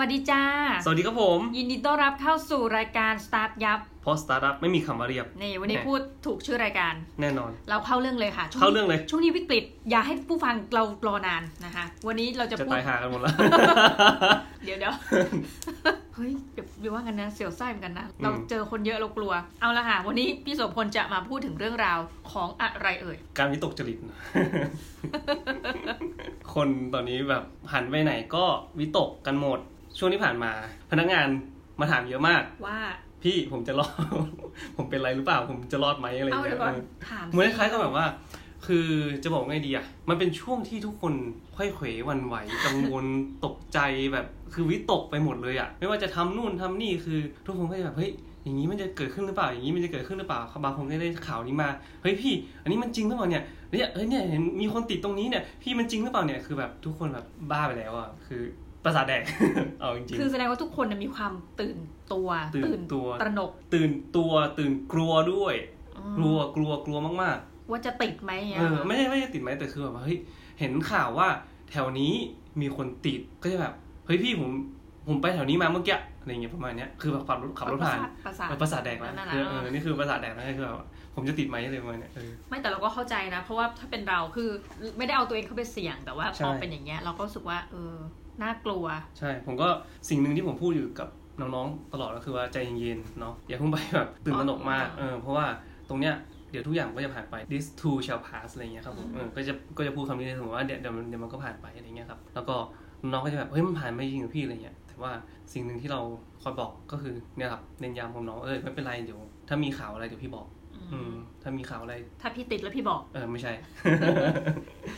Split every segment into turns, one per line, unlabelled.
วัสดีจ้า
สวัสดีครับผม
ยินดีต้อนรับเข้าสู่รายการ Start ยับ
เพราะสตาร์ทอัพไม่มีคำว่าเรียบ
นี่วันนี้
แน่
พูดถูกชื่อรายการ
แน่นอน
เราเข้าเรื่องเลยค่ะช่ว
เข้าเรื่องเลย
ช่วงนี้วิกฤต อย่าให้ผู้ฟังเรารอนานนะคะ วันนี้เราจะ
จะ
พูด
ตายหากันหม ดแล้ว
เดี๋ยวเดี๋ยว เฮ้ยเดี๋ยวเดี๋ยวว่ากันนะเสียวไส้เหมือนกันนะ เรา
อืม
เจอคนเยอะเรากลัว เอาละค่ะ วันนี้พี่โสพลจะมาพูดถึงเรื่องราวของอะไรเอ่ย
การวิตกจ ริต คนตอนนี้แบบหันไปไหนก็วิตกกันหมด ช่วงที่ผ่านมา พนักงานมาถามเยอะมาก
ว่า
พี่ผมจะรอด ผมเป็นไรหรือเปล่า ผมจะรอดไหมอะไร
เอา
เงี้
เดี๋ย
ยว
ก่อน
เออ
ถาม
เหมือนคล้ายๆกับแบบว่า คือจะบอกว่าไงดีอ่ะ มันเป็นช่วงที่ทุกคนค่อยเขวหวันไหว กังวล ตกใจแบบ คือวิตกไปหมดเลยอ่ะ ไม่ว่าจะทำนู่นทำนี่คือ ทุกคนก็จะแบบเฮ้ย อย่างนี้มันจะเกิดขึ้นหรือเปล่า อย่างนี้มันจะเกิดขึ้นหรือเปล่าบางคนก็ได้ข่าวนี้มา เฮ้ยพี่ อันนี้มันจริงหรือเปล่าเนี่ย เนี่ยเฮ้ยเนี่ยเห็นมีคนติดตรงนี้เนี่ย พี่มันจริงหรือเปล่าเนี่ย คือแบบทุกคนแบบบ้าไปแล้วอ่ะ คือประสาทแดก เอาจริง
คือแสดงว่าทุกคนน่ะมีความตื่นตัว
ๆตื่นตัว
ตระหนก
ตื่นตัวตื่นกลัวด้วย
อืม
กลัวกลัวกลัวมาก
ว่าจะติดไหม
ๆ
นี่ย
เออไม่ได้ไม่ได้ติดไหมแต่คือแบบว่าเฮ้ยเห็นข่าวว่าแถวนี้มีคนติดก็จะแบบเฮ้ยพี่ผมผมไปแถวนี้มาเมื่อกี้อะไรเงี้ยประมาณเนี้ยคือแบบขับรถขับรถผ่าน
ประสาท
เออ
ป
ประ
สาท
ระสาทแดกแล้ว
นั่นน่ะ
คือเออนี่คือประสาทแดกแล้วคือแบบผมจะติดไหมอะไรประมาณเนี้ยเออ
ไม่แต่เราก็เข้าใจนะ เพราะว่าถ้าเป็นเราคือไม่ได้เอาตัวเองเข้าไปเสี่ยง แต่ว่าพ
ใช่
อเป็นอย่างเงี้ยเราก็รู้สึกว่า เออ น่ากลัว
ใช่ ผมก็สิ่งหนึ่งที่ผมพูดอยู่กับน้องๆตลอดก็คือว่าใจเย็นๆเนาะอย่าเพิ่งไปแบบ ตื่นตระหนกมากเออเพราะว่าตรงเนี้ยเดี๋ยวทุกอย่างมันก็จะผ่านไป this too shall pass อะไรเงี้ยครับผม
อืม
เออก็จะก็จะพูดคำนี้เลยสมมติว่าเดี๋ยวเดี๋ยวมันเดี๋ยวมันก็ผ่านไปอะไรเงี้ยครับแล้วก็น้องก็จะแบบเฮ้ยมันผ่านไปจริงเหรอพี่อะไรเงี้ยแต่ว่าสิ่งหนึ่งที่เราคอยบอกก็คือเนี่ยครับเน้นย้ำของน้องเออไม่เป็นไรเดี๋ยวถ้ามีข่าวอะไรเดี๋ยวพี่บอก
อื
อื
ม
มถ้ามีข่าวอะไร
ถ้าพี่ติดแล้วพี่ บอก
เออไม่ใช่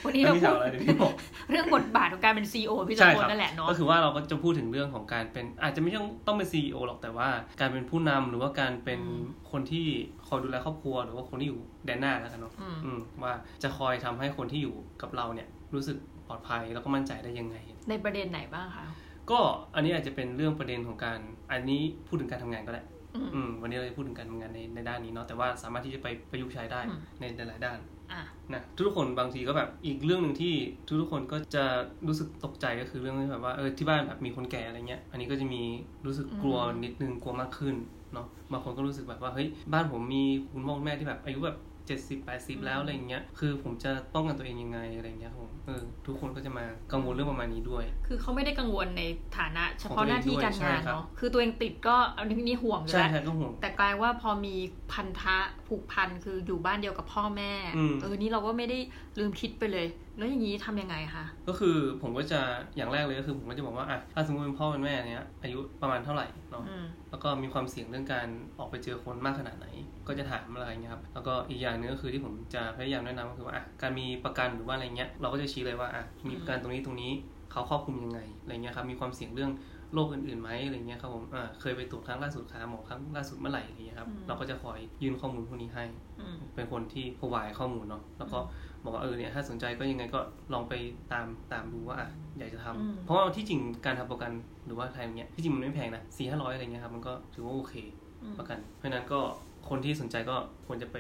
วันนี้
ถ้า
เราพู
มีข่าว
ด
อะไรเดี๋ยวพี่บอก
เรื่องบทบาทของการเป็นซีอพี่ส
ใช่
มคว
ค
ร
รับ
นั่นแหละเนาะ
ก็คือว่าเราก็จะพูดถึงเรื่องของการเป็นอาจจะไม่ต้องต้องเป็นซีอหรอกแต่ว่า การเป็นผู้นำหรือว่าการเป็น
อืม
คนที่คอยดูแลครอบครัว หรือว่าคนที่อยู่แดนหน้าแล้วกันเนาะ
อืม
อืมว่าจะคอยทำให้คนที่อยู่กับเราเนี่ยรู้สึกปลอดภัยแล้วก็มั่นใจได้ยังไง
ในประเด็นไหนบ้างคะ
ก็อันนี้อาจจะเป็นเรื่องประเด็นของการอันนี้พูดถึงการทำงานก็ได้
อืม
อืมวันนี้เราจะพูดถึงการทำงานในในด้านนี้เนาะแต่ว่าสามารถที่จะไปประยุกต์ใช้ได้
อืม
ในหลายๆด้าน
อ่ะ
นะทุกๆคนบางทีก็แบบอีกเรื่องหนึ่งที่ทุกๆคนก็จะรู้สึกตกใจก็คือเรื่องที่แบบว่าเออที่บ้านแบบมีคนแก่อะไรเงี้ยอันนี้ก็จะมีรู้สึกกลัว
อืม
นิดนึงกลัวมากขึ้นเนาะบางคนก็รู้สึกแบบว่าเฮ้ยบ้านผมมีคุณพ่อคุณแม่ที่แบบอายุแบบเจ็ดสิบแปดสิบแล้วอะไรเงี้ยคือผมจะป้องกันตัวเองยังไงอะไรเงี้ยครับผมเออทุกคนก็จะมากังวลเรื่องประมาณนี้ด้วย
คือเขาไม่ได้กังวลในฐานะ เฉพาะหน้าที่การงานเนาะคือตัวเองติดก็เอานี้นี่ห่วงอยู่
ใช่
แล้ว
ใช่ก็ห่วง
แต่กลายว่าพอมีพันธะผูกพันคืออยู่บ้านเดียวกับพ่อแม่
อืม
เออนี่เราก็ไม่ได้ลืมคิดไปเลย แล้วอย่างนี้ทำยังไงคะ
ก็คือผมก็จะอย่างแรกเลยก็คือผมก็จะบอกว่าอ่ะถ้าสมมติเป็นพ่อเป็นแม่เนี้ยอายุประมาณเท่าไหร่เนาะ
อืม
แล้วก็มีความเสี่ยงเรื่องการออกไปเจอคนมากขนาดไหน ก็จะถามอะไรเงี้ยครับ แล้วก็อีกอย่างหนึงก็คือที่ผมจะพยายามแนะนำก็คือว่าอ่ะการมีประกันหรือว่าอะไรเงี้ย เราก็จะชี้เลยว่าอ่ะมีประกันตรงนี้ตรงนี้เขาครอบคลุมยังไงอะไรเงี้ยครับ มีความเสี่ยงเรื่องโรคอื่นๆไหมอะไรเงี้ยครับผมอ่าเคยไปตรวจครั้งล่าสุดครั้งหมอครั้งล่าสุดเมื่อไหร่อะไรเงี้ยครับ
อืม
เราก็จะคอยยื่นข้อมูลพวกนี้ให้
อืม
เป็นคนที่ provide ข้อมูลเนาะ แล้วก็บอกว่าเออเนี่ยถ้าสนใจก็ยังไงก็ลองไปตามตามดูว่าอ่ะอยากจะทำ
อืม
เพราะว่าที่จริงการทำประกันหรือว่าอะไรอย่างเงี้ยที่จริงมันไม่แพงนะสี่ห้าร้อยอะไรเงี้ยครับมันก็ถือว่าโอเค
อืม
ประกัน เพราะฉะนั้นก็คนที่สนใจก็ควรจะไป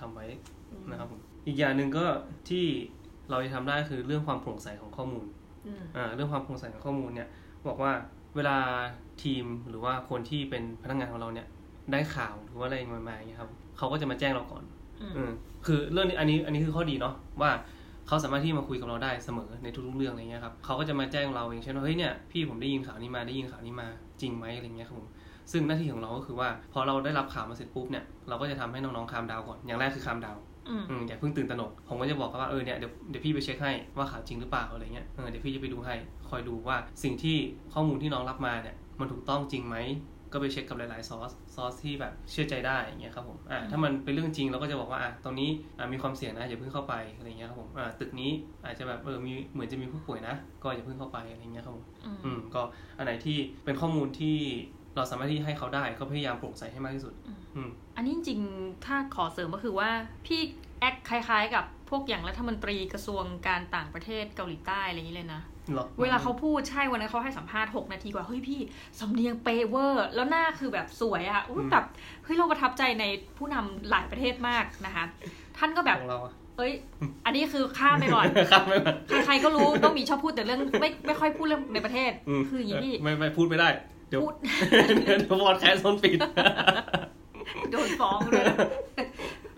ทำไว้นะครับผมอีกอย่างหนึ่งก็ที่เราจะทำได้คือเรื่องความโปร่งใสของข้อมูล
อืม
อ่าเรื่องความโปร่งใสของข้อมูลเนี่ยบอกว่าเวลาทีมหรือว่าคนที่เป็นพนักงานของเราเนี่ยได้ข่าวหรือว่าอะไรมาๆอย่างเงี้ยครับเขาก็จะมาแจ้งเราก่อน
อืม
อืมคือเรื่องนี้อันนี้อันนี้คือข้อดีเนาะว่าเขาสามารถที่มาคุยกับเราได้เสมอในทุกๆเรื่องอะไรเงี้ยครับเขาก็จะมาแจ้งเราอย่างเช่นว่าเฮ้ยเนี่ยพี่ผมได้ยินข่าวนี้มาได้ยินข่าวนี้มาจริงไหมอะไรเงี้ยครับผมซึ่งหน้าที่ของเราก็คือว่าพอเราได้รับข่าวมาเสร็จปุ๊บเนี่ยเราก็จะทำให้น้องๆคามดาวก่อนอย่างแรกคือคามดาว
อืม
อืมอย่าเพิ่งตื่นตระหนกผมก็จะบอกเขาว่าเออเนี่ยเดี๋ยวเดี๋ยวพี่ไปเช็คให้ว่าข่าวจริงหรือเปล่าอะไรเงี้ยเออเดี๋ยวพี่จะไปดูให้คอยดูว่าสิ่งที่ข้อมูลที่น้องรับมาเนี่ยมันถูกต้องจริงไหมก็ไปเช็คกับหลายๆซอสซอสที่แบบเชื่อใจได้อย่างเงี้ยครับผมอ่า ถ้ามันเป็นเรื่องจริงเราก็จะบอกว่าอ่ะตรงนี้อ่ะมีความเสี่ยงนะอย่าเพิ่งเข้าไปอะไรเงี้ยครับผมอ่ะตึกนี้อาจจะแบบเออมีเหมือนจะมีผู้ป่วยนะ ก็อย่าเพิ่งเข้าไปอะไรเงี้ยครับผม
อืม
อืมก็อันไหนที่เป็นข้อมูลที่เราสามารถที่ให้เขาได้ก็พยายามโปร่งใสให้มากที่สุด
อืม
อืม
อันนี้จริงๆถ้าขอเสริมก็คือว่าพี่แอคคล้ายๆ กับพวกอย่างรัฐมนตรีกระทรวงการต่างประเทศเกาหลีใต้อะไรอย่างนี้เลยนะ
หรอ
เวลาเขาพูดใช่วันนั้นเขาให้สัมภาษณ์ 6 นาทีกว่า เฮ้ยพี่ สำเนียงเปเวอร์ แล้วหน้าคือแบบสวยอะ่ะอุ๊ยแบบเฮ้ยเราประทับใจในผู้นำหลายประเทศมากนะคะ ท่านก็แบบ
ของเราอะ
เอ้ย อันนี้คือข้ามไป ก่อน
ครับไม่เป็น
ใครๆก็รู้ต้องมีชอบพูดแต่เรื่องไม่ไม่ค่อยพูดเรื่องในประเทศ
อืม
คืออย่างนี้พี่
ไม่ไม่พูดไม่ได้ เดี๋ยว
พูด
เดี๋ยวพอดแค สต์ต้นปิด
โดนฟ้องเลย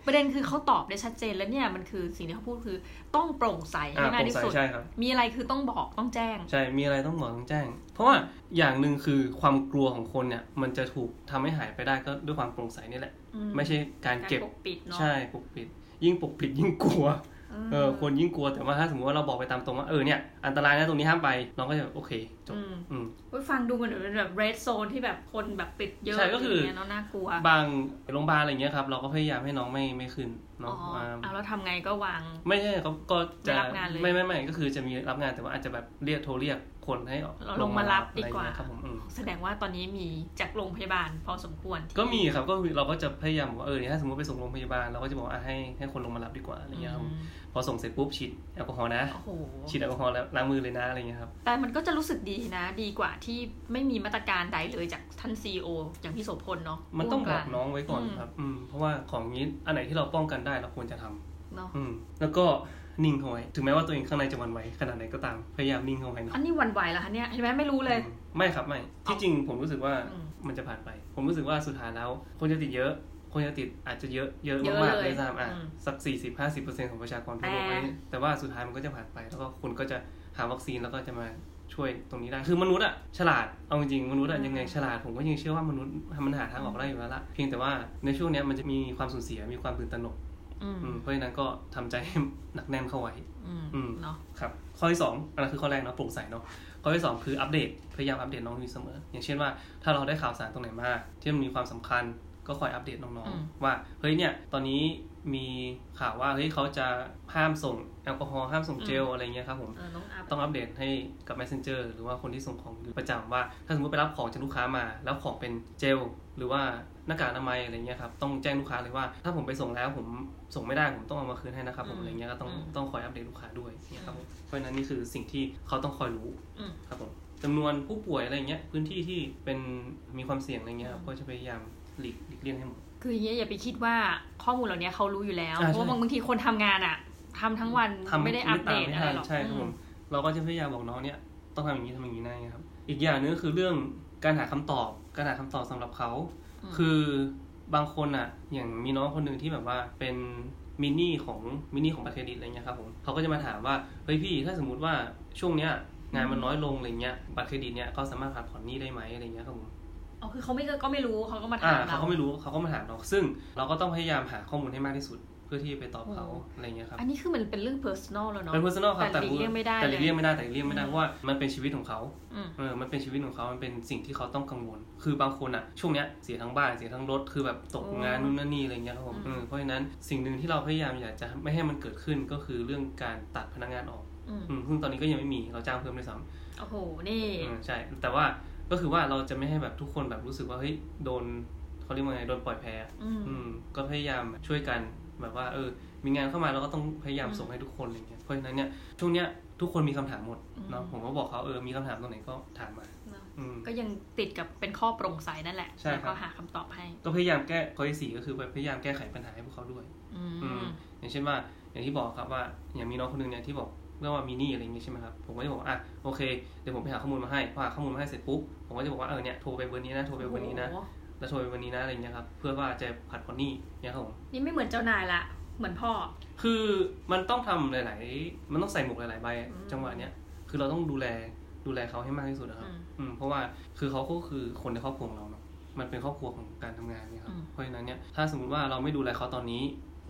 ประเด็นคือเขาตอบได้ชัดเจนแล้วเนี่ยมันคือสิ่งที่เขาพูดคือต้องโปร่งใส
อ่า
ให้มากที่
โปร่งใส
สุด
ใช่ครับ
มีอะไรคือต้องบอกต้องแจ้ง
ใช่ มีอะไรต้องบอกต้องแจ้ง เพราะว่าอย่างหนึ่งคือความกลัวของคนเนี่ย มันจะถูกทำให้หายไปได้ก็ด้วยความโปร่งใสนี่แหละ
อื
ไม่ใช่การ
การ
เก็บ
ปกปิดเนาะ
ใช่ปกปิด ยิ่งปกปิดยิ่งกลัว เออ คนยิ่งกลัว แต่ว่าถ้าสมมติว่าเราบอกไปตามตรงว่า เออเนี่ย อันตรายนะตรงนี้ห้ามไป เราก็จะแบบโอเค จบ
อืม
อืม
เว้ยฟังดูเหมือนเป็นแบบ red zone ที่แบบคนแบบติดเยอะ
ใช่ก็คืออ
ย่างเงี้ยเนาะน่ากลัว
บางโรงพยาบาลอะไรเงี้ยครับ เราก็พยายามให้น้องไม่ไม่ขึ้น
อ๋อ
เนาะอ่า
เอาแล้วทำไงก็วาง
ไม่ใช่เขาก็จะ
ไม่รับงานเลย
ไม่ไม่ไม่ก็คือจะมีรับงานแต่ว่าอาจจะแบบเรียกโทรเรียกคนให้ออก
เราลงมารับดีกว่า
อะไรอย่งเงี้ยครับผมอืม
แสดงว่าตอนนี้มีจากโรงพยาบาลพอสมควรที่
ก็มีครับก็คือเราก็จะพยายามบอกว่าเออเนี่ยถ้าสมมติไปส่งโรงพยาบาลเราก็จะบอกว่าอ่ะให้ให้คนลงมารับดีกว่าอะไรเงี้ยครับผม
ม
พอส่งเสร็จปุ๊บฉีดแอลกอฮอล์นะ
โอ้โห
ฉีดแอลกอฮอล์แล้วล้างมือเลยนะอะไรเงี้ยครับ
แต่มันก็จะรู้สึกดีนะ ดีกว่าที่ไม่มีมาตรการใดเลยจากท่านซีโออย่างพี่โสพลเนาะ
มันต้องบ
ร่ว
อก
กั
น้องไว้ก่อนครับอืมเพราะว่าของนี้อันไหนที่เราป้องกันได้เราควรจะทำ
เนาะ
อืมแล้วก็นิ่งเอาไว้ถึงแม้ว่าตัวเองข้างในจะหวันไหวขนาดไหนก็ตามพยายามนิ่งเอาไว้นะ
อันนี้หวันไหวแล้วคะเนี่ยเห็นไหมไม่รู้เลย
อืมไม่ครับไม่ที่จริงผมรู้สึกว่า
อืม
มันจะผ่านไป ผมรู้สึกว่าสุดท้ายแล้ว คนจะติดเยอะ คนจะติดอาจจะเยอะ เยอะ
เยอะ
มากๆ
เลย
เลยซ้ำอ่ะ
อืม
สักสี่สิบห้าสิบเปอร์เซ็นต์ของประชากรทั่วโลก
แต่
นี้แต่ว่าสุดท้ายมันก็จะผ่านไป แล้วก็คนก็จะหาวัคซีนแล้วก็จะมาช่วยตรงนี้ได้ คือมนุษย์อ่ะฉลาด เอาจริงๆมนุษย์อ่ะยังไงฉลาด ผมก็ยังเชื่อว่ามนุษย์มันหาทางออกได้อยู่แล้วล่ะ เพียงแต่ว่าในช่วงเนี้ยมันจะมีความสูญเสีย มีความตื่นตระหนก
อืม
อืมเพราะฉะนั้นก็ทำใจ ให้หนักแน่นเข้าไว้
อืม
อืม
เนาะ
ครับข้อที่สองอันนั้นคือข้อแรกเนาะโปร่งใสเนาะข้อที่สองคืออัปเดตพยายามอัปเดตน้องอยู่เสมอ อย่างเช่นว่าถ้าเราได้ข่าวสารตรงไหนมาที่มันมีความสำคัญก็คอยอัปเดตน้องๆว่าเฮ้ยเนี่ยตอนนี้มีข่าวว่าเฮ้ยเขาจะห้ามส่งแอลกอฮอล์ห้ามส่งเจลอะไรเงี้ยครับผม
เออน้องอัพ
ต้องอัปเดตให้กับ messenger หรือว่าคนที่ส่งของอยู่ประจำว่า ถ้าสมมติไปรับของจากลูกค้ามา แล้วของเป็นเจลหรือว่าหน้ากากอนามัยอะไรเงี้ยครับต้องแจ้งลูกค้าเลยว่า ถ้าผมไปส่งแล้วผมส่งไม่ได้ผมต้องเอามาคืนให้นะครับผมอะไรเงี้ยก็ต้อง ต้องคอยอัปเดตลูกค้าด้วยเนี่ยครับผมเพราะฉะนั้นนี่คือสิ่งที่เขาต้องคอยรู้
อืม
ครับผมจำนวนผู้ป่วยอะไรเงี้ยพื้นที่ที่เป็นมีความเสี่ยงอะไรเงี้ยครับก็จะพยายามหลีกหลีกเลี่ยงให้หมด
คืออย่างเงี้ยอย่าไปคิดว่าข้อมูลเหล่านี้เขารู้อยู่แล้ว
อ่า
เพราะ
ใช่
ว่าบางทีคนทำงานอะทำทั้งวัน
ทำ
ไม่ได้อัปเดต
ม่
อะ
ทั
ไร
น
หรอก
ใช่ครับผมเราก็จะพยายามบอกน้องเนี่ยต้องทำอย่างนี้ทำอย่างนี้นะอย่างเงี้ยครับอีกอย่างหนึงก็คือเรื่องการหาคำตอบการหาคำตอบสำหรับเขา
ม
คือบางคนอ่ะ อย่างมีน้องคนหนึ่งที่แบบว่าเป็นมินี่ของมินี่ของบัตรเครดิตอะไรเงี้ยครับผมเขาก็จะมาถามว่าเฮ้ยพี่ถ้าสมมติว่าช่วงเนี้ยงานมันน้อยลงอะไรเงี้ยบัตรเครดิตเนี่ยเขาสามารถผ่านผ่อนหนี้ได้ไหมอะไรเงี้ยครับผม
อ๋อคือเขาไม่ก็ก็ไม่รู้เขาก็มา
อ่า
ถามเรา
เขาก็ไม่รู้เขาก็มาถามเราซึ่งเราก็ต้องพยายามหาข้อมูลให้มากที่สุด เพื่อที่จะไปตอบเขา
โอ้
อะไรเงี้ยครับ
อันนี้คือมันเป็นเรื่อง personal แล้วเนาะ
เป็น personal ครับ
แต่หลีกเลี่ยงไม่ได้
แต่หลีกเลี่ยงไม่ได้แต่หลีกเลี่ยงไม่ได้
อืม
เพราะว่ามันเป็นชีวิตของเขา
อืม
เออ มันเป็นชีวิตของเขา มันเป็นสิ่งที่เขาต้องกังวล คือบางคนอ่ะ ช่วงเนี้ยเสียทั้งบ้าน เสียทั้งรถ คือแบบตกงาน
โอ้
นู่นนั่นนี่อะไรเงี้ยครับผม
อืม
เออเพราะฉะนั้นสิ่งหนึ่งที่เราพยายามอยากจะไม่ให้มันเกิดขึ้นก็คือเรื่องการตัดพนักงานออก
อืม
อืมซึ่งตอนนี้ก็ยังไม่มี เราจ้างเพิ่มด้วยซ้
โอ้โหนี่
ำอืมใช่ แต่ว่าก็คือว่าเราจะไม่ให้แบบทุกคนแบบรู้สึกว่าเฮ้ย โดนเขาเรียกว่าไง โดนปล่อยแพ้
อืม
อืม ก็พยายามช่วยกันแบบว่า เออ มีงานเข้ามาเราก็ต้องพยายาม
อืม
ส่งให้ทุกคนอะไรเงี้ย เพราะฉะนั้นเนี่ย ช่วงเนี้ยทุกคนมีคำถามหมดเนาะ
อืม
ผมก็บอกเขาเออ มีคำถามตรงไหนก็ถามมา
เนอะ
อืม
ก็ยังติดกับเป็นข้อโปร่งใสนั่นแหละ
ใช่
แล้ว
ครั
ก็
บ
หาคำตอบให้
ก็พยายามแก้ข้อที่สี่ก็คือพยายามแก้ไขปัญหาให้พวกเขาด้วย
อื
อื
ม
มอย่างเช่นว่าอย่างที่บอกครับว่าอย่างมีน้องคนหนึงเนี่ยที่บอกเรื่องว่ามีหนี้อะไรอย่างเงี้ยใช่ไหมครับผมก็จะบอกว่าอ่ะโอเคเดี๋ยวผมไปหาข้อมูลมาให้พอหาข้อมูลมาให้เสร็จปุ๊บผมก็จะบอกว่าเออเนี่ยโทรไปเบอร์นี้นะโทรไปเบอร์นี้นะ
โอ้โห
แล้วโทรไปเบอร์นี้นะอะไรอย่างเงี้ยครับเพื่อว่าจะผัดผ่อนหนี้เนี่ยครับผม
นี่ไม่เหมือนเจ้านายละ เหมือนพ่อ
คือมันต้องทำหลาย ๆ มันต้องใส่หมวกหลาย ๆ ใบ
อืม
จังหวะเนี้ยคือเราต้องดูแลดูแลเขาให้มากที่สุดนะครับ
อืม
อืมเพราะว่าคือเขาก็คือคนในครอบครัวของเราเนาะมันเป็นครอบครัวของการทำงานเนี่ยครั
อื
บ
ม
เพราะฉะนั้นเนี่ยถ้าสมมติว่าเราไม่ดูแลเขาตอนนี้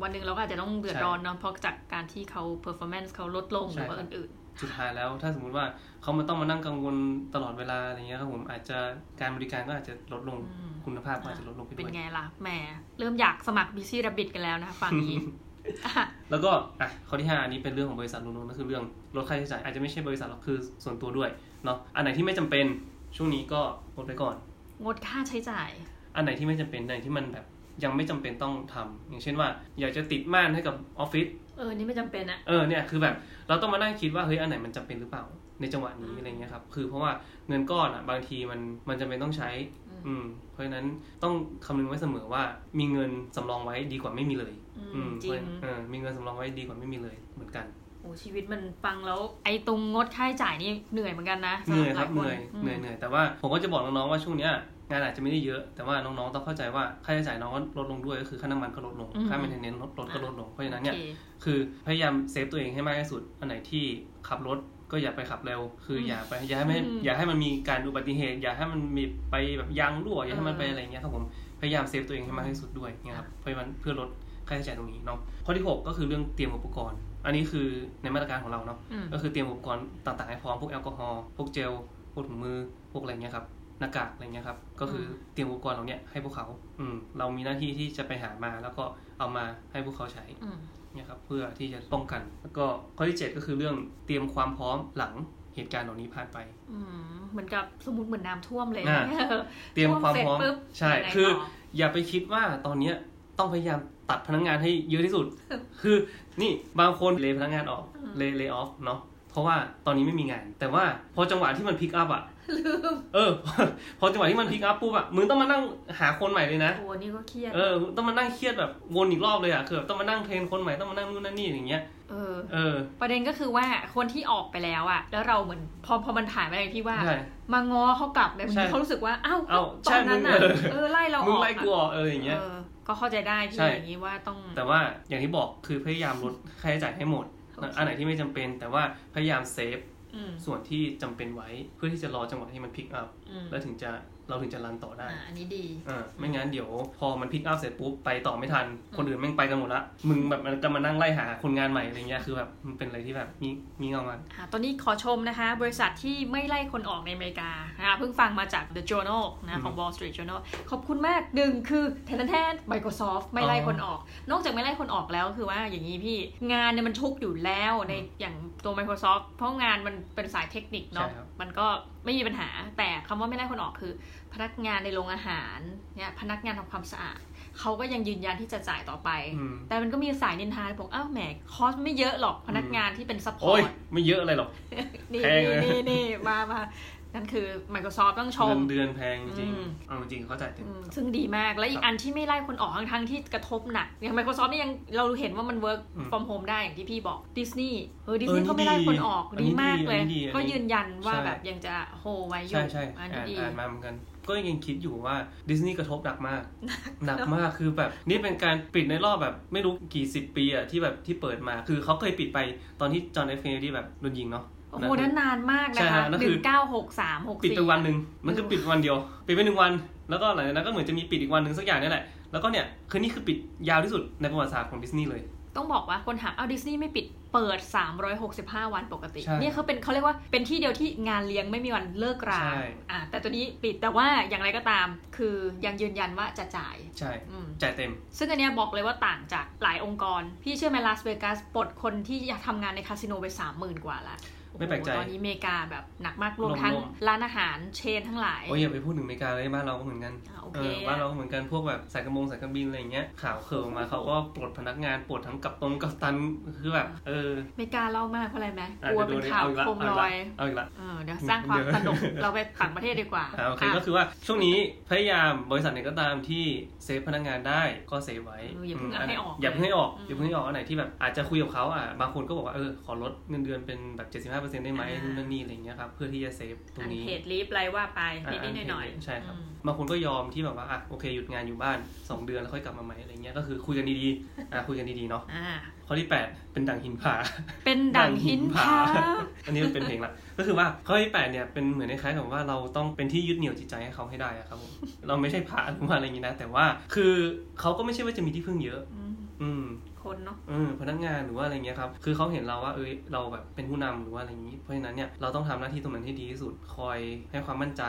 วันหนึ่งเราก็อาจจะต้องเดือดร้อนเนาะ เพราะจากการที่เขา performance เขาลดลงห
ใช่
รือว่าอื่น
สุดท้ายแล้วถ้าสมมติว่าเขามาต้องมานั่งกังวลตลอดเวลาอะไรเงี้ยครับผมอาจจะการบริการก็อาจจะลดล
ๆ
ง
อืม
คุณภาพก็อาจจะลดลงไป
เป็น
ด้วย
ไงล่ะแหมเริ่มอยากสมัคร Busy Rabbit กันแล้วนะฝั่ง นี้ อ่ะ
แล้วก็อ่ะข้อที่ห้าอันนี้เป็นเรื่องของบริษัทล้วนๆก็คือเรื่องลดค่าใช้จ่ายอาจจะไม่ใช่บริษัทหรอกคือส่วนตัวด้วยเนาะอันไหนที่ไม่จำเป็นช่วงนี้ก็ลดไปก่อน
งดค่าใช้จ่าย
อันไหนที่ไม่จำเป็นอันไหนที่มันแบบยังไม่จำเป็นต้องทำอย่างเช่นว่า อยากจะติดม่านให้กับออฟฟิศ
เออ นี่ไม่จำเป็นอะ
เออเนี่ยคือแบบเราต้องมานั่งคิดว่าเฮ้ยอันไหนมันจำเป็นหรือเปล่า ในจังหวะนี้อะไรเงี้ยครับคือเพราะว่าเงินก้อนอ่ะบางทีมันมันจำเป็นต้องใช้
อืม
อืม เพราะฉะนั้นต้องคำนึงไว้เสมอว่ามีเงินสำรองไว้ดีกว่าไม่มีเลย
อื
อื
ม
ม
จริง
เออมีเงินสำรองไว้ดีกว่าไม่มีเลยเหมือนกัน
โอ้ชีวิตมันฟังแล้ว ไอ้ตรงงดค่าใช้จ่ายนี่เหนื่อยเหมือนกันนะ
เห
สำ
นื่
ห
อย
รับห
ครั
ลา
บ
ย
เห
คน
นื่อย
อืม
เหนื่อยเหนื่อยแต่ว่าผมก็จะบอกน้องๆว่าช่วงเนี้ยงานอาจจะไม่ได้เยอะแต่ว่าน้องๆต้องเข้าใจว่าค่าใช้จ่ายน้องก็ลดลงด้วยก็คือค่าน้ำมันก็ลดลงค่าเมนเทนเนนซ์ลดก็ลดลงเพราะฉะนั้นเนี่ย
โอค
คือพยายามเซฟตัวเองให้มากที่สุด อันไหนที่ขับรถก็อย่าไปขับเร็ว คืออ
ม
อย่าไปอย่าให้ไม่
อืม
อย่าให้มันมีการอุบัติเหตุ อย่าให้มันมีไปแบบยางรั่วอย่าให้มันไป
เอออ
อะไรเงี้ยครับผม พยายามเซฟตัวเองให้มากที่สุดด้วยนะครับ เพราะมันเพื่อลดค่าใช้จ่ายตรงนี้เนาะ ข้อที่ 6 ก็คือเรื่องเตรียมอุปกรณ์ อันนี้คือในมาตรการของเราเนาะ
อืม
ก็คือเตรียมอุปกรณ์ต่างๆให้พร้อม พวกแอลกอฮอล์ พวกเจล พวกถุงมือ พวกอะไรเงี้ยครับ หน้ากากอะไรเงี้ยครับ ก็คือเตรียมอุปกรณ์เหล่าเนี้ยให้พวกเขา อืม เรามีหน้าที่ที่จะไปหามา แล้วก็เอามาให้พวกเขาใช้
อืม
เนี่ยครับเพื่อที่จะป้องกัน แล้วก็ข้อที่ 7 ก็คือเรื่องเตรียมความพร้อมหลังเหตุการณ์เหล่านี้ผ่านไป
อืมเหมือนกับสมมุติเหมือนน้ำท่วมเลย
อ่า เตรียมความพร้อม
ท่วมเสร็จปุ๊บ
ใช่
ยังไงต่อ
คือ อย่าไปคิดว่าตอนเนี้ยต้องพยายามตัดพนักงานให้เยอะที่ สุด คือนี่บางคนเลยพนักงานออกเลยเลย์ออฟเนาะเพราะว่าตอนนี้ไม่มีงาน แต่ว่าพอจังหวะที่มันพิกอัพอ่ะ
ลืม
เออ พอจังหวะที่มันพิกอัพปุ๊บอ่ะมึงต้องมานั่งหาคนใหม่เลยนะ
โอ้นี่ก็เครียด
เออมึงต้องมานั่งเครียดแบบวนอีกรอบเลยอ่ะคือแบบต้องมานั่งเทรนคนใหม่ต้องมานั่งนู่นนั่นนี่อย่างเงี้ย
เออ
เออ
ประเด็นก็คือว่าคนที่ออกไปแล้วอะแล้วเราเหมือนพอพอมันผ่านไปเลยพี่ว่า
ใช่
มางอเขากลับแบบ
ใช่
นี้เขารู้สึกว่าอ้าว
เอ้า
ต
ใช่
อนนั้นอะ
มึงเออ
เออไล่เราอ
มึง
อก
ไล่กูออกเอออย่างเงี้ย
เออ ก็เข้าใจได้
ใช่
พี่อย่างนี้ว่าต้อง
แต่ว่าอย่างที่บอกคือพยายามลดค่าใช้จ่ายให้หมด อันไหนที่ไม่จำเป็น แต่ว่าพยายามเซฟ
อืม
ส่วนที่จำเป็นไว้เพื่อที่จะรอจังหวะที่มันพิกอัพ
อืม
แล้วถึงจะเราถึงจะรันต่อได้
อ่าอันนี้ดี
อ่าไม่งั้นเดี๋ยวพอมันพิกอัพเสร็จปุ๊บไปต่อไม่ทัน คนอื่นแม่งไปกันหมดละมึงแบบมันก็มานั่งไล่หาคนงานใหม่อะไรเงี้ยคือแบบมันเป็นอะไรที่แบบงี้งี้เงามัน
อ่ะตอนนี้ขอชมนะคะ บริษัทที่ไม่ไล่คนออกในอเมริกานะคะเพิ่งฟังมาจาก The Journal นะของ Wall Street Journal ขอบคุณมากหนึ่งคือแทนแทน Microsoft ไม่ไล่คนออก นอกจากไม่ไล่คนออกแล้วคือว่าอย่างนี้พี่งานเนี่ยมันทุกข์อยู่แล้วในอย่างตัว Microsoft เพราะงานมันเป็นสายเทคนิคเนาะ
ใช่ครับ
มันก็ไม่มีปัญหา แต่คำว่าไม่ไล่คนออกคือ พนักงานในโรงอาหารเนี่ยพนักงานทำความสะอาดเขาก็ยังยืนยันที่จะจ่ายต่อไป
อืม
แต่มันก็มีสายนินทาบอกอ้าวแหมคอสไม่เยอะหรอกพนักงานที่เป็นซัพพอ
โอ้ย
ร์ต
ไม่เยอะอะไรหรอก
นี่
แพงเลย
นี่นี่มามานั่นคือ Microsoft ต้องชม
เงินเดือนแพงจริง
อืม
เอาจริงเข้าใจเต็ม
อืมซึ่งดีมาก และอี
ค
ก
รับ
อันที่ไม่ไล่คนออกทั้งทั้งๆที่กระทบหนัก อย่าง Microsoft นี่ยังเราเห็นว่ามัน work
อืม
from home ได้อย่างที่พี่บอก Disney เออ
เออ
Disney
นี่
เขาไม่ไล่คนออก
ดี
ดีมาก
อั
เล
น
ย
นี้ดีอันนี้ดี
ก็ยืนยันว่า
ใช่
แบบยังจะโฮไว้อยู่
ใช่ใช่
อั
อ่าน น
นี้ดี
อ่านมาเหมือนกัน ก็ยังคิดอยู่ว่าดิสนีย์กระทบหนักมาก หนักมากคือแบบนี่เป็นการปิดในรอบแบบไม่รู้กี่สิบปีอะที่แบบที่เปิดมา คือเขาเคยปิดไปตอนที่จอห์นเอฟเคนเนดีแบบโดนยิงเนาะ
โอ้โห นั้นนานมาก
ใช่
นะ
ฮะ
คะ
นั่น
ห
คื
นึ่
อ
งเก้าหกสามหก
ปิด
สี่
ไปวันหนึ่งมันคือปิดวันเดียว ปิดไปหนึ่งวัน แล้วก็หลังจากนั้นก็เหมือนจะมีปิดอีกวันหนึ่งสักอย่างเนี่ยแหละ แล้วก็เนี่ยคือนี่คือปิดยาวที่สุดในประวัติศาสตร์ของดิสนีย์เลย
ต้องบอกว่าคนถามเอาดิสนีย์ไม่ปิดเปิด 365 วันปกติ
ใช่
เนี่ยเขาเป็นเขาเรียกว่าเป็นที่เดียวที่งานเลี้ยงไม่มีวันเลิกรา
ใช่
อ่าแต่ตัวนี้ปิดแต่ว่าอย่างไรก็ตาม คือยังยืนยันว่าจะจ่าย
ใช่
อืม
จ่ายเต็ม
ซึ่งอันเนี้ยบอกเลยว่าต่างจากหลายองค์กร พี่เชื่อไหมลาสเวกัสปลดคนที่อยากทำงานในคาสิโนไป 30,000 กว่าละ
ไม่แปลกใจ
โอ้โหตอนนี้อเมริกาแบบหนักมากรวมทั้ง
รวม
ร้านอาหารเชนทั้งหลาย
โอ้ยอย่าไปพูดถึงอเมริกาเลยบ้านเราก็เหมือนกัน
อ่าโอ
เอ
เค
อบ้านเราก็เหมือนกันพวกแบบสายการบงสายการบินอะไรอย่างเงี้ยข่าวเคยออกมาเขาก็ปลดพนักงานปลดทั้งกับตรงกับตันคือแบบเออ
ไม่กล้าเล่ามากเพราะอะไรไหม
อ่ะ
กลัวเป็
ดี๋
น
ยดูดิ
ข่าว
เอีกละ
โคมลอย
เอาอีกละ
เออเดี๋ยวสร้างความ
เดี๋ยว
ตลกเราไปต่างประเทศดีกว่า
อ่ะโอเค
อ่ะ
ก็คือว่าช่วงนี้พยายามบริษัทไหนก็ตามที่เซฟพนักงานได้ก็เซฟไว้
เอออย่าเพิ่งเอา
ม
ให้ออก
อย่าเพิ่งให้ออก
อืม
อย่าเพิ่งให้ออกอันไหนที่แบบอาจจะคุยกับเขาอ่ะบางคนก็บอกว่าเออขอลดเงินเดือนเป็นแบบ 75%ได้ไหม
อ่านู่
นู่นนั่นนี่อะไรอย่างเงี้ยครับเพื่อที่จะเซฟตร
อั
ง
น
นี้
เพจลีฟไรว่าไป
อ่ะ
นิดนิดหน่อยหน่อย
ใช่ครับ บางคนก็ยอมที่แบบว่าอ่ะโอเคหยุดงานอยู่บ้าน 2 เดือนแล้วค่อยกลับมาใหม่อะไรเงี้ยก็คือคุยกันดีๆอ่ะคุยกันดีๆเนาะ
อ่า
ข้อที่ 8 เป็นดั่งหินผา
เป็นดั่งหินผา
อันนี้มันเป็นเพลงละ ก็คือว่าข้อที่แปดเนี่ยเป็นเหมือนคล้ายๆกับว่าเราต้องเป็นที่ยึดเหนี่ยวจิตใจให้เขาให้ได้อะครับผมเราไม่ใช่พระหรือว่าอะไรอย่างงี้นะ แต่ว่าคือเขาก็ไม่ใช่ว่าจะมีที่พึ่งเยอะ
อืม
อืม
คนเนาะ
เออพนักงานหรือว่าอะไรเงี้ยครับ คือเขาเห็นเราว่าเอยเราแบบเป็นผู้นำหรือว่าอะไรอย่างงี้ เพราะฉะนั้นเนี่ยเราต้องทำหน้าที่ตรงนั้นให้ดีที่สุด คอยให้ความมั่นใจ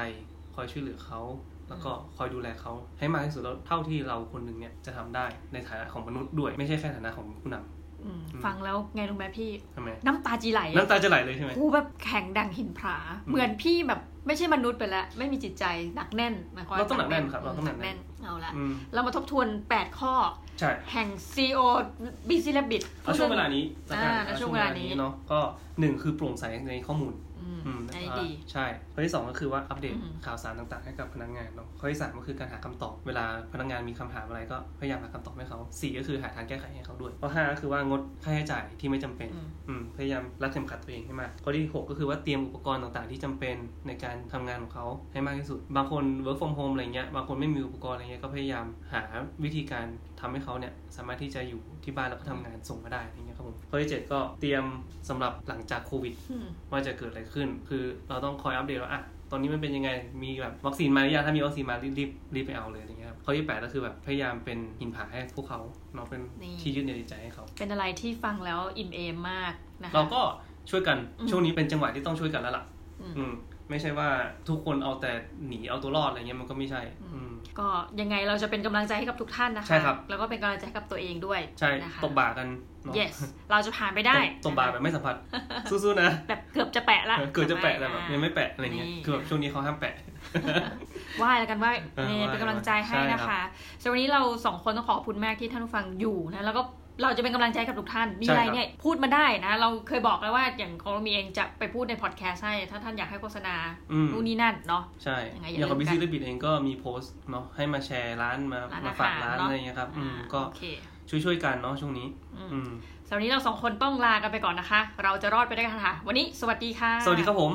คอยช่วยเหลือเขา แล้วก็คอยดูแลเขาให้มากที่สุดแล้วเท่าที่เราคนหนึ่งเนี่ยจะทำได้ในฐานะของมนุษย์ด้วย ไม่ใช่แค่ฐานะของผู้นำ
อืม
อืม
ฟังแล้วไงรู้ไหมพี่
ทำไม
น้ำตาจีไหล
น้ำตาจะไหลเลยใช่ไหม
กูแบบแข็งดั่งหินผา
อืม
เหมือนพี่แบบไม่ใช่มนุษย์ไปแล้ว ไม่มีจิตใจหนักแน่นหมยควมว่
เราต้องหนักแน่นครับเราต้องหนักแน่น
เอาละ
อืม
เรามาทบทวน 8 ข้อ
ใช่
แห่ง CEO BC Rabbit
เอาช่วงเวลานี้
อ่า
ละกั
เอาช่วงเวลานี้
เนาะก็หนึ่งคือโปร่งใสในข้อมูล
อืม
อืม
อันนี้ดี
ใช่ข้อที่สองก็คือว่าอัปเดต
อืม
ข่าวสารต่างๆให้กับพนักงานเนาะข้อที่สามก็คือการหาคำตอบเวลาพนักงานมีคำถามอะไรก็พยายามหาคำตอบให้เขาสี่ก็คือหาทางแก้ไขให้เขาด้วยข้อห้าก็คือว่างดค่าใช้จ่ายที่ไม่จำเป็น
อืม
อืมพยายามรัดเข็มขัดตัวเองให้มากข้อที่ 6 ก็คือว่าเตรียมอุปกรณ์ต่างๆ ที่จำเป็นในการทำงานของเขาให้มากที่สุด บางคน work from home อะไรเงี้ย บางคนไม่มีอุปกรณ์อะไรเงี้ย ก็พยายามหาวิธีการทำให้เขาเนี่ยสามารถที่จะอยู่ที่บ้านแล้วก็ทำงานส่งมาได้อะไรเงี้ยครับผม ข้อที่ 7 ก็เตรียมสำหรับหลังจากโควิด
อืม
ว่าจะเกิดอะไรขึ้น คือเราต้องคอยอัปเดตว่าอ่ะ ตอนนี้มันเป็นยังไง มีแบบวัคซีนมาหรือยังถ้ามีวัคซีนมารีบรีบรีบไปเอาเลยอย่างเงี้ยครับ ข้อที่แปดก็คือแบบพยายามเป็นหินผาให้พวกเขาเนาะ เป็น
นี่
ที่ยึดเหนี่ยวจิตใจให้เขา
เป็นอะไรที่ฟังแล้วอิ่มเอมมากนะคะ
เราก็ช่วยกัน
อืม
ช่วงนี้เป็นจังหวะที่ต้องช่วยกันแล้วล่ะ
อืม
อืมไม่ใช่ว่าทุกคนเอาแต่หนีเอาตัวรอดอะไรเงี้ยมันก็ไม่ใช่ อืม
ก็ยังไงเราจะเป็นกำลังใจให้กับทุกท่านนะคะ
ใช่ครับ
แล้วก็เป็นกำลังใจให้กับตัวเองด้วย
ใช่
นะคะ
ตบบ่ากันเนาะ
yes เราจะผ่านไปได้
ตบตบบ่าแบบไม่ สัมผัส สู้ๆนะ
แบบเกือบจะแปะละ
เกิดจะแปะแต่แบบ
อ่า
ยังไม่แปะอะไรเงี้ย
นี่
คือแบบช่วงนี้เขาห้ามแปะ
ไหว้แล้วกันไหว้
เออ
เนี่ย
ไหว้
เป็นกำลังใจให้
ใช่ครับ
นะคะสำหรับวันนี้เราสองคนต้องขอบคุณมากที่ท่านผู้ฟังอยู่นะแล้วก็เราจะเป็นกำลังใจกับทุกท่านมี
ใช่
อะไร
ครับ
เนี่ยพูดมาได้นะ เราเคยบอกแล้วว่าอย่างของเรามีเองจะไปพูดในพอดแคสต์ให้ ถ้าท่านอยากให้โฆษณา
อืม
นู่นนี่นั่นเนาะ
ใช่
ยังไง
อย่
อา
ย่างของ
ลื
บิ
มกัน
ซี่เรบิทเองก็มีโพสต์เนาะให้มาแชร์ร้านมา
ร้าน
มา
อา
ฝา
หาก ร
ร้าน
เนาะ
อะไรเงี้ยครับอืม
อ่า
ก็
โอเค
ช่วยๆกันเนาะช่วงนี้
อืม
อืม
สำหรับวันนี้เราสองคนต้องลากันไปก่อนนะคะ เราจะรอดไปด้วยกันค่ะวันนี้สวัสดีค่ะ
สวัสดีครับผม